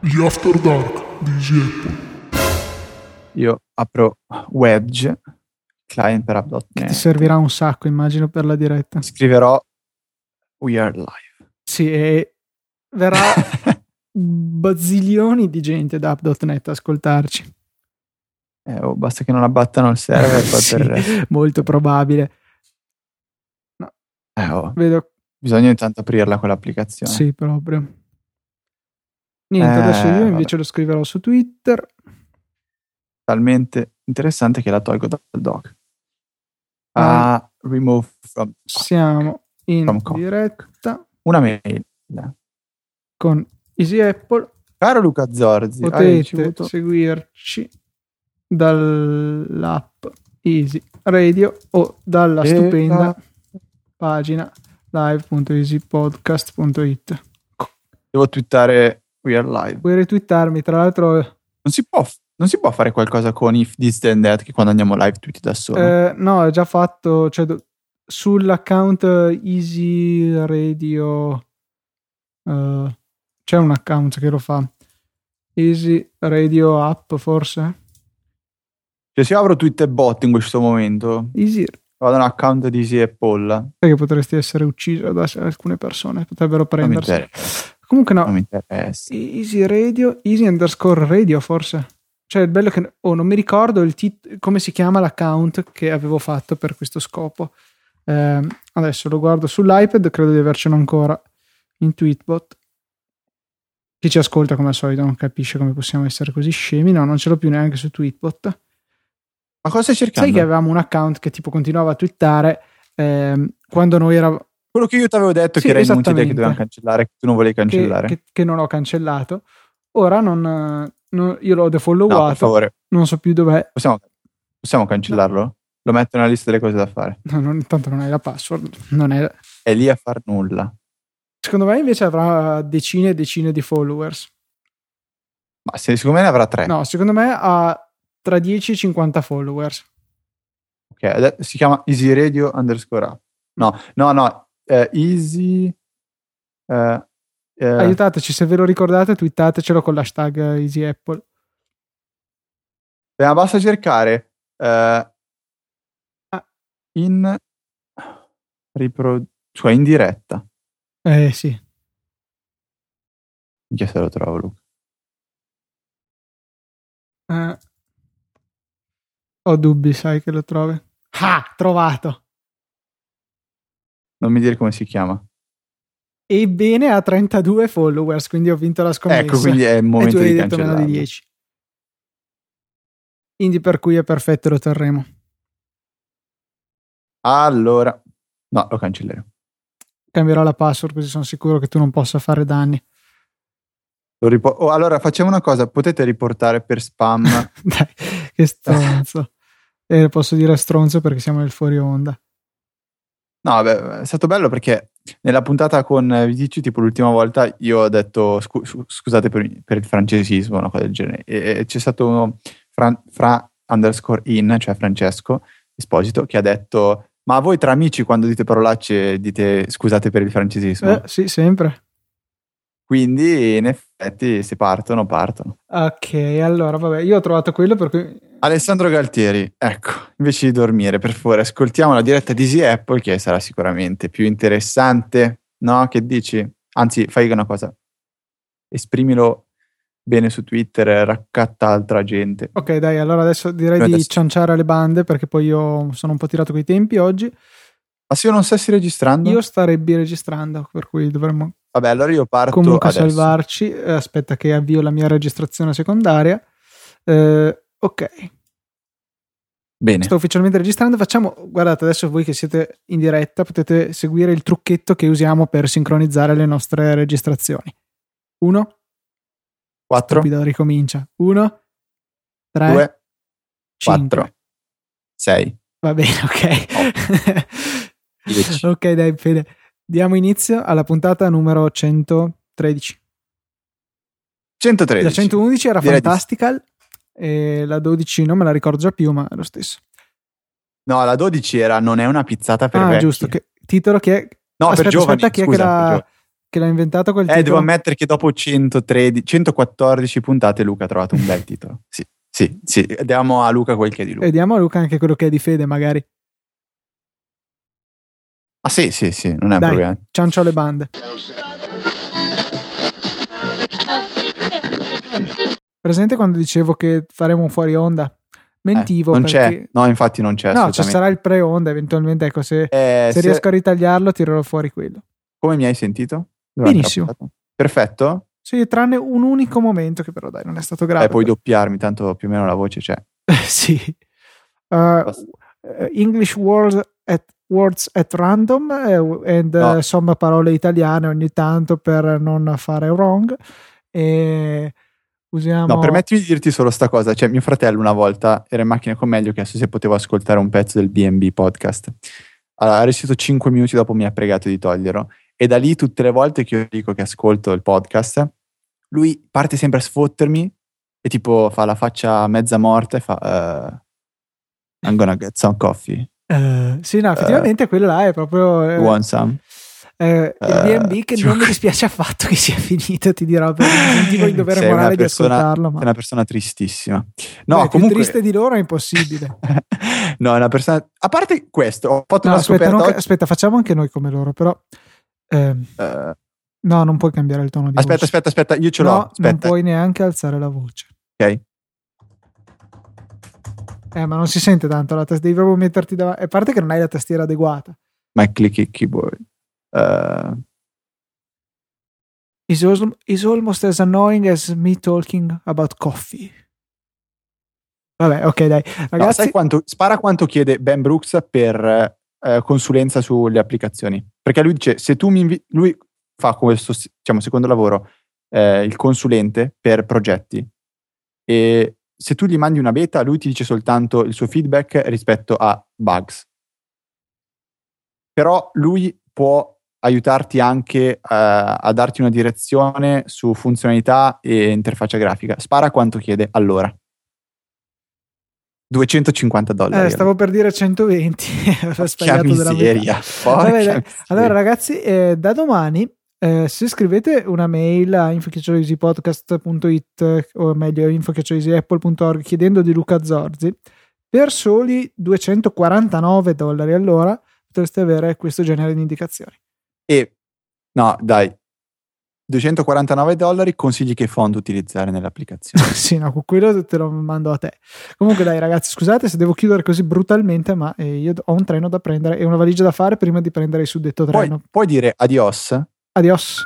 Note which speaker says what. Speaker 1: di After Dark di Easy Apple.
Speaker 2: Io apro Wedge, client per
Speaker 3: Che ti
Speaker 2: app.net.
Speaker 3: servirà un sacco, immagino, per la diretta.
Speaker 2: Scriverò We are live.
Speaker 3: Sì, e verrà bazzilioni di gente da app.net a ascoltarci.
Speaker 2: Eh, oh, basta che non abbattano il server. poi
Speaker 3: Eh, Sì.
Speaker 2: per-
Speaker 3: Molto probabile.
Speaker 2: eh, oh,
Speaker 3: Vedo
Speaker 2: bisogna intanto aprirla quell'applicazione.
Speaker 3: sì, proprio. Niente,
Speaker 2: Eh,
Speaker 3: adesso io
Speaker 2: vabbè.
Speaker 3: invece lo scriverò su Twitter.
Speaker 2: Talmente interessante che la tolgo dal doc.
Speaker 3: Ah.
Speaker 2: Ah, remove from.
Speaker 3: Siamo in
Speaker 2: From Cock.
Speaker 3: diretta
Speaker 2: Una mail.
Speaker 3: con Easy Apple.
Speaker 2: Caro Luca Zorzi, hai
Speaker 3: Potete
Speaker 2: ricevuto
Speaker 3: seguirci dall'app Easy Radio o dalla
Speaker 2: E
Speaker 3: stupenda
Speaker 2: la-
Speaker 3: pagina live.easypodcast.it.
Speaker 2: Devo twittare We are live.
Speaker 3: Puoi retweetarmi, tra l'altro,
Speaker 2: Non si può, non si può fare qualcosa con if this then that che quando andiamo live tutti da solo.
Speaker 3: eh, no, è già fatto cioè, do- sull'account eh, Easy Radio. eh, c'è un account che lo fa. Easy Radio App, forse?
Speaker 2: Cioè, se io apro Twitter bot in questo momento,
Speaker 3: Easy
Speaker 2: vado un account di Easy e Polla.
Speaker 3: Sai che potresti essere ucciso da alcune persone, potrebbero
Speaker 2: Non mi,
Speaker 3: prendersi.
Speaker 2: interessa,
Speaker 3: Comunque
Speaker 2: non
Speaker 3: no,
Speaker 2: mi interessa.
Speaker 3: Easy Radio, Easy underscore Radio forse. Cioè il bello è che oh, non mi ricordo il tit- come si chiama l'account che avevo fatto per questo scopo. Ehm, adesso lo guardo sull'iPad, credo di avercelo ancora in Tweetbot. Chi ci ascolta come al solito non capisce come possiamo essere così scemi, no, non ce l'ho più neanche su Tweetbot.
Speaker 2: Ma cosa stai cercando?
Speaker 3: Sai che avevamo un account che tipo continuava a twittare ehm, quando noi eravamo
Speaker 2: Quello che io ti avevo detto
Speaker 3: Sì,
Speaker 2: che era inutile, che
Speaker 3: esattamente.
Speaker 2: dovevamo cancellare, che tu non volevi
Speaker 3: che-
Speaker 2: cancellare.
Speaker 3: Che, che non ho cancellato. Ora non, eh, non- io l'ho
Speaker 2: no, per
Speaker 3: defollowato,
Speaker 2: favore,
Speaker 3: non so più dov'è.
Speaker 2: possiamo, possiamo cancellarlo? Lo metto nella lista delle cose da fare.
Speaker 3: No, non, tanto non è la password. Non è...
Speaker 2: È lì a far nulla.
Speaker 3: Secondo me invece avrà decine e decine di followers.
Speaker 2: Ma se, secondo me ne avrà tre.
Speaker 3: No, secondo me ha tra 10 e 50 followers.
Speaker 2: Ok, ade- si chiama Easy Radio underscore app. No, no, no. eh, easy. eh, eh,
Speaker 3: Aiutateci, se ve lo ricordate, twittatecelo con l'hashtag EasyApple.
Speaker 2: beh, ma Eh, basta cercare eh,
Speaker 3: Ah.
Speaker 2: in ripro- cioè in diretta.
Speaker 3: Eh sì,
Speaker 2: Minchia se lo trovo Luca.
Speaker 3: Eh. ho dubbi, sai che lo trovi. Ah, trovato!
Speaker 2: Non mi dire come si chiama.
Speaker 3: Ebbene, ha 32 followers, quindi ho vinto la scommessa.
Speaker 2: Ecco, quindi è il
Speaker 3: e tu
Speaker 2: momento
Speaker 3: hai
Speaker 2: di
Speaker 3: detto meno
Speaker 2: cancellare.
Speaker 3: di 10. Quindi per cui è perfetto lo terremo.
Speaker 2: Allora, no, lo cancellerò.
Speaker 3: Cambierò la password così sono sicuro che tu non possa fare danni.
Speaker 2: Lo ripo- oh, allora, facciamo una cosa: potete riportare per spam
Speaker 3: Dai, che stronzo. e posso dire stronzo perché siamo nel fuori onda.
Speaker 2: No, beh, è stato bello perché nella puntata con eh, Vidici, tipo l'ultima volta, io ho detto scu- scu- scusate per, per il francesismo, una cosa del genere. E, e c'è stato uno fra, fra underscore in, cioè Francesco Esposito, che ha detto: Ma voi tra amici quando dite parolacce dite scusate per il francesismo?
Speaker 3: Eh, sì, sempre.
Speaker 2: Quindi in effetti se partono, partono.
Speaker 3: Ok, allora vabbè, io ho trovato quello per cui...
Speaker 2: Alessandro Galtieri, ecco, invece di dormire, per favore, ascoltiamo la diretta di Easy Apple che sarà sicuramente più interessante, no? Che dici? Anzi, fai una cosa, esprimilo bene su Twitter, raccatta altra gente.
Speaker 3: Ok, dai, allora adesso direi
Speaker 2: Noi
Speaker 3: di
Speaker 2: adesso-
Speaker 3: cianciare le bande perché poi io sono un po' tirato coi tempi oggi.
Speaker 2: Ma se io non stessi registrando?
Speaker 3: Io starei registrando, per cui dovremmo
Speaker 2: Vabbè, allora io parto
Speaker 3: comunque a
Speaker 2: Esatto, adesso.
Speaker 3: salvarci. Eh, Aspetta che avvio la mia registrazione secondaria. Eh, ok,
Speaker 2: Bene,
Speaker 3: sto ufficialmente registrando. Facciamo, guardate, adesso voi che siete in diretta potete seguire il trucchetto che usiamo per sincronizzare le nostre registrazioni. Uno,
Speaker 2: 4,
Speaker 3: rapido, ricomincia. Uno, tre,
Speaker 2: 2,
Speaker 3: Eh, cinque.
Speaker 2: 4, 6.
Speaker 3: Va bene, ok.
Speaker 2: Dieci.
Speaker 3: ok, dai, Fede. Diamo inizio alla puntata numero 113.
Speaker 2: 113.
Speaker 3: La 111 era
Speaker 2: Direi di
Speaker 3: Fantastical e la 12 non me la ricordo già più, ma è lo stesso.
Speaker 2: No, la 12 era non è una pizzata per
Speaker 3: ah,
Speaker 2: vecchi.
Speaker 3: giusto. Che, titolo che è...
Speaker 2: No,
Speaker 3: aspetta,
Speaker 2: per giovani,
Speaker 3: aspetta, chi è che
Speaker 2: scusa, per
Speaker 3: l'ha-
Speaker 2: giovani.
Speaker 3: che l'ha inventata quel
Speaker 2: Eh,
Speaker 3: titolo.
Speaker 2: devo ammettere che dopo 113, 114 puntate Luca ha trovato un bel titolo. Sì, sì, sì. Diamo a Luca quel che è di Luca.
Speaker 3: E Eh, diamo a Luca anche quello che è di fede, magari.
Speaker 2: Ah sì, sì, sì, non è un
Speaker 3: Dai.
Speaker 2: problema. Eh,
Speaker 3: Ciancio alle bande. Presente quando dicevo che faremo un fuori onda?
Speaker 2: Eh,
Speaker 3: Mentivo.
Speaker 2: non c'è.
Speaker 3: perché...
Speaker 2: No, infatti non c'è
Speaker 3: No, ci
Speaker 2: assolutamente.
Speaker 3: sarà il pre-onda eventualmente. Ecco, se,
Speaker 2: Eh,
Speaker 3: se
Speaker 2: se-
Speaker 3: riesco a ritagliarlo, tirerò fuori quello.
Speaker 2: Come mi hai sentito? durante la
Speaker 3: Benissimo.
Speaker 2: puntata? Perfetto.
Speaker 3: Sì, tranne un unico momento che però dai, non è stato grave.
Speaker 2: Dai, Eh, puoi doppiarmi, tanto più o meno la voce c'è.
Speaker 3: sì. Uh, eh, English words at, words at random eh, and eh,
Speaker 2: No.
Speaker 3: some parole italiane ogni tanto per non fare wrong. E usiamo...
Speaker 2: No, permettimi di dirti solo sta cosa. Cioè, mio fratello una volta era in macchina con me, gli ho chiesto se potevo ascoltare un pezzo del BNB podcast. Allora, ha resistito 5 minuti dopo mi ha pregato di toglierlo. E da lì tutte le volte che io dico che ascolto il podcast, lui parte sempre a sfottermi e tipo fa la faccia mezza morta e fa... "Eh, I'm gonna get some coffee.
Speaker 3: Eh, sì, no, effettivamente quello là è proprio... eh,
Speaker 2: You want some?
Speaker 3: eh,
Speaker 2: Eh,
Speaker 3: il BNB che
Speaker 2: sì.
Speaker 3: non mi dispiace affatto che sia finito, ti dirò, perché mi sentivo il dovere
Speaker 2: Sei una
Speaker 3: morale
Speaker 2: persona-
Speaker 3: di ascoltarlo. Ma...
Speaker 2: Sei una persona tristissima. No,
Speaker 3: Beh,
Speaker 2: comunque...
Speaker 3: più triste di loro è impossibile.
Speaker 2: no, è una persona... A parte questo, ho fatto
Speaker 3: No,
Speaker 2: una
Speaker 3: aspetta,
Speaker 2: scoperta
Speaker 3: non ca-
Speaker 2: oggi-
Speaker 3: aspetta, facciamo anche noi come loro, però. ehm,
Speaker 2: eh,
Speaker 3: no, non puoi cambiare il tono di
Speaker 2: Aspetta,
Speaker 3: voce.
Speaker 2: aspetta, aspetta, io ce l'ho.
Speaker 3: No, non
Speaker 2: aspetta,
Speaker 3: puoi neanche alzare la voce.
Speaker 2: ok.
Speaker 3: Eh, ma non si sente tanto la tastiera, devi proprio metterti davanti. A parte che non hai la tastiera adeguata.
Speaker 2: My clicky keyboard. Eh,
Speaker 3: Is, al- is almost as annoying as me talking about coffee. Vabbè, ok, dai.
Speaker 2: no,
Speaker 3: Ragazzi,
Speaker 2: sai quanto, spara quanto chiede Ben Brooks per eh, consulenza sulle applicazioni? Perché lui dice, se tu mi invi- lui fa questo, diciamo, secondo lavoro, eh, il consulente per progetti. E se tu gli mandi una beta, lui ti dice soltanto il suo feedback rispetto a bugs. Però lui può aiutarti anche eh, a darti una direzione su funzionalità e interfaccia grafica. Spara quanto chiede allora. 250 dollari.
Speaker 3: eh, stavo per dire 120. Ho
Speaker 2: Porca
Speaker 3: sbagliato della metà.
Speaker 2: miseria. porca
Speaker 3: Vabbè, dai.
Speaker 2: miseria.
Speaker 3: Allora, ragazzi, eh, da domani, eh, se scrivete una mail a info.easypodcast.it eh, o meglio info.easyapple.org chiedendo di Luca Zorzi, per soli 249 dollari all'ora potreste avere questo genere di indicazioni.
Speaker 2: E no, dai. 249 dollari consigli che font utilizzare nell'applicazione.
Speaker 3: sì, no, con quello te lo mando a te. Comunque, dai, ragazzi, scusate se devo chiudere così brutalmente, ma eh, io ho un treno da prendere e una valigia da fare prima di prendere il suddetto
Speaker 2: Puoi,
Speaker 3: treno.
Speaker 2: puoi dire adios
Speaker 3: Adios.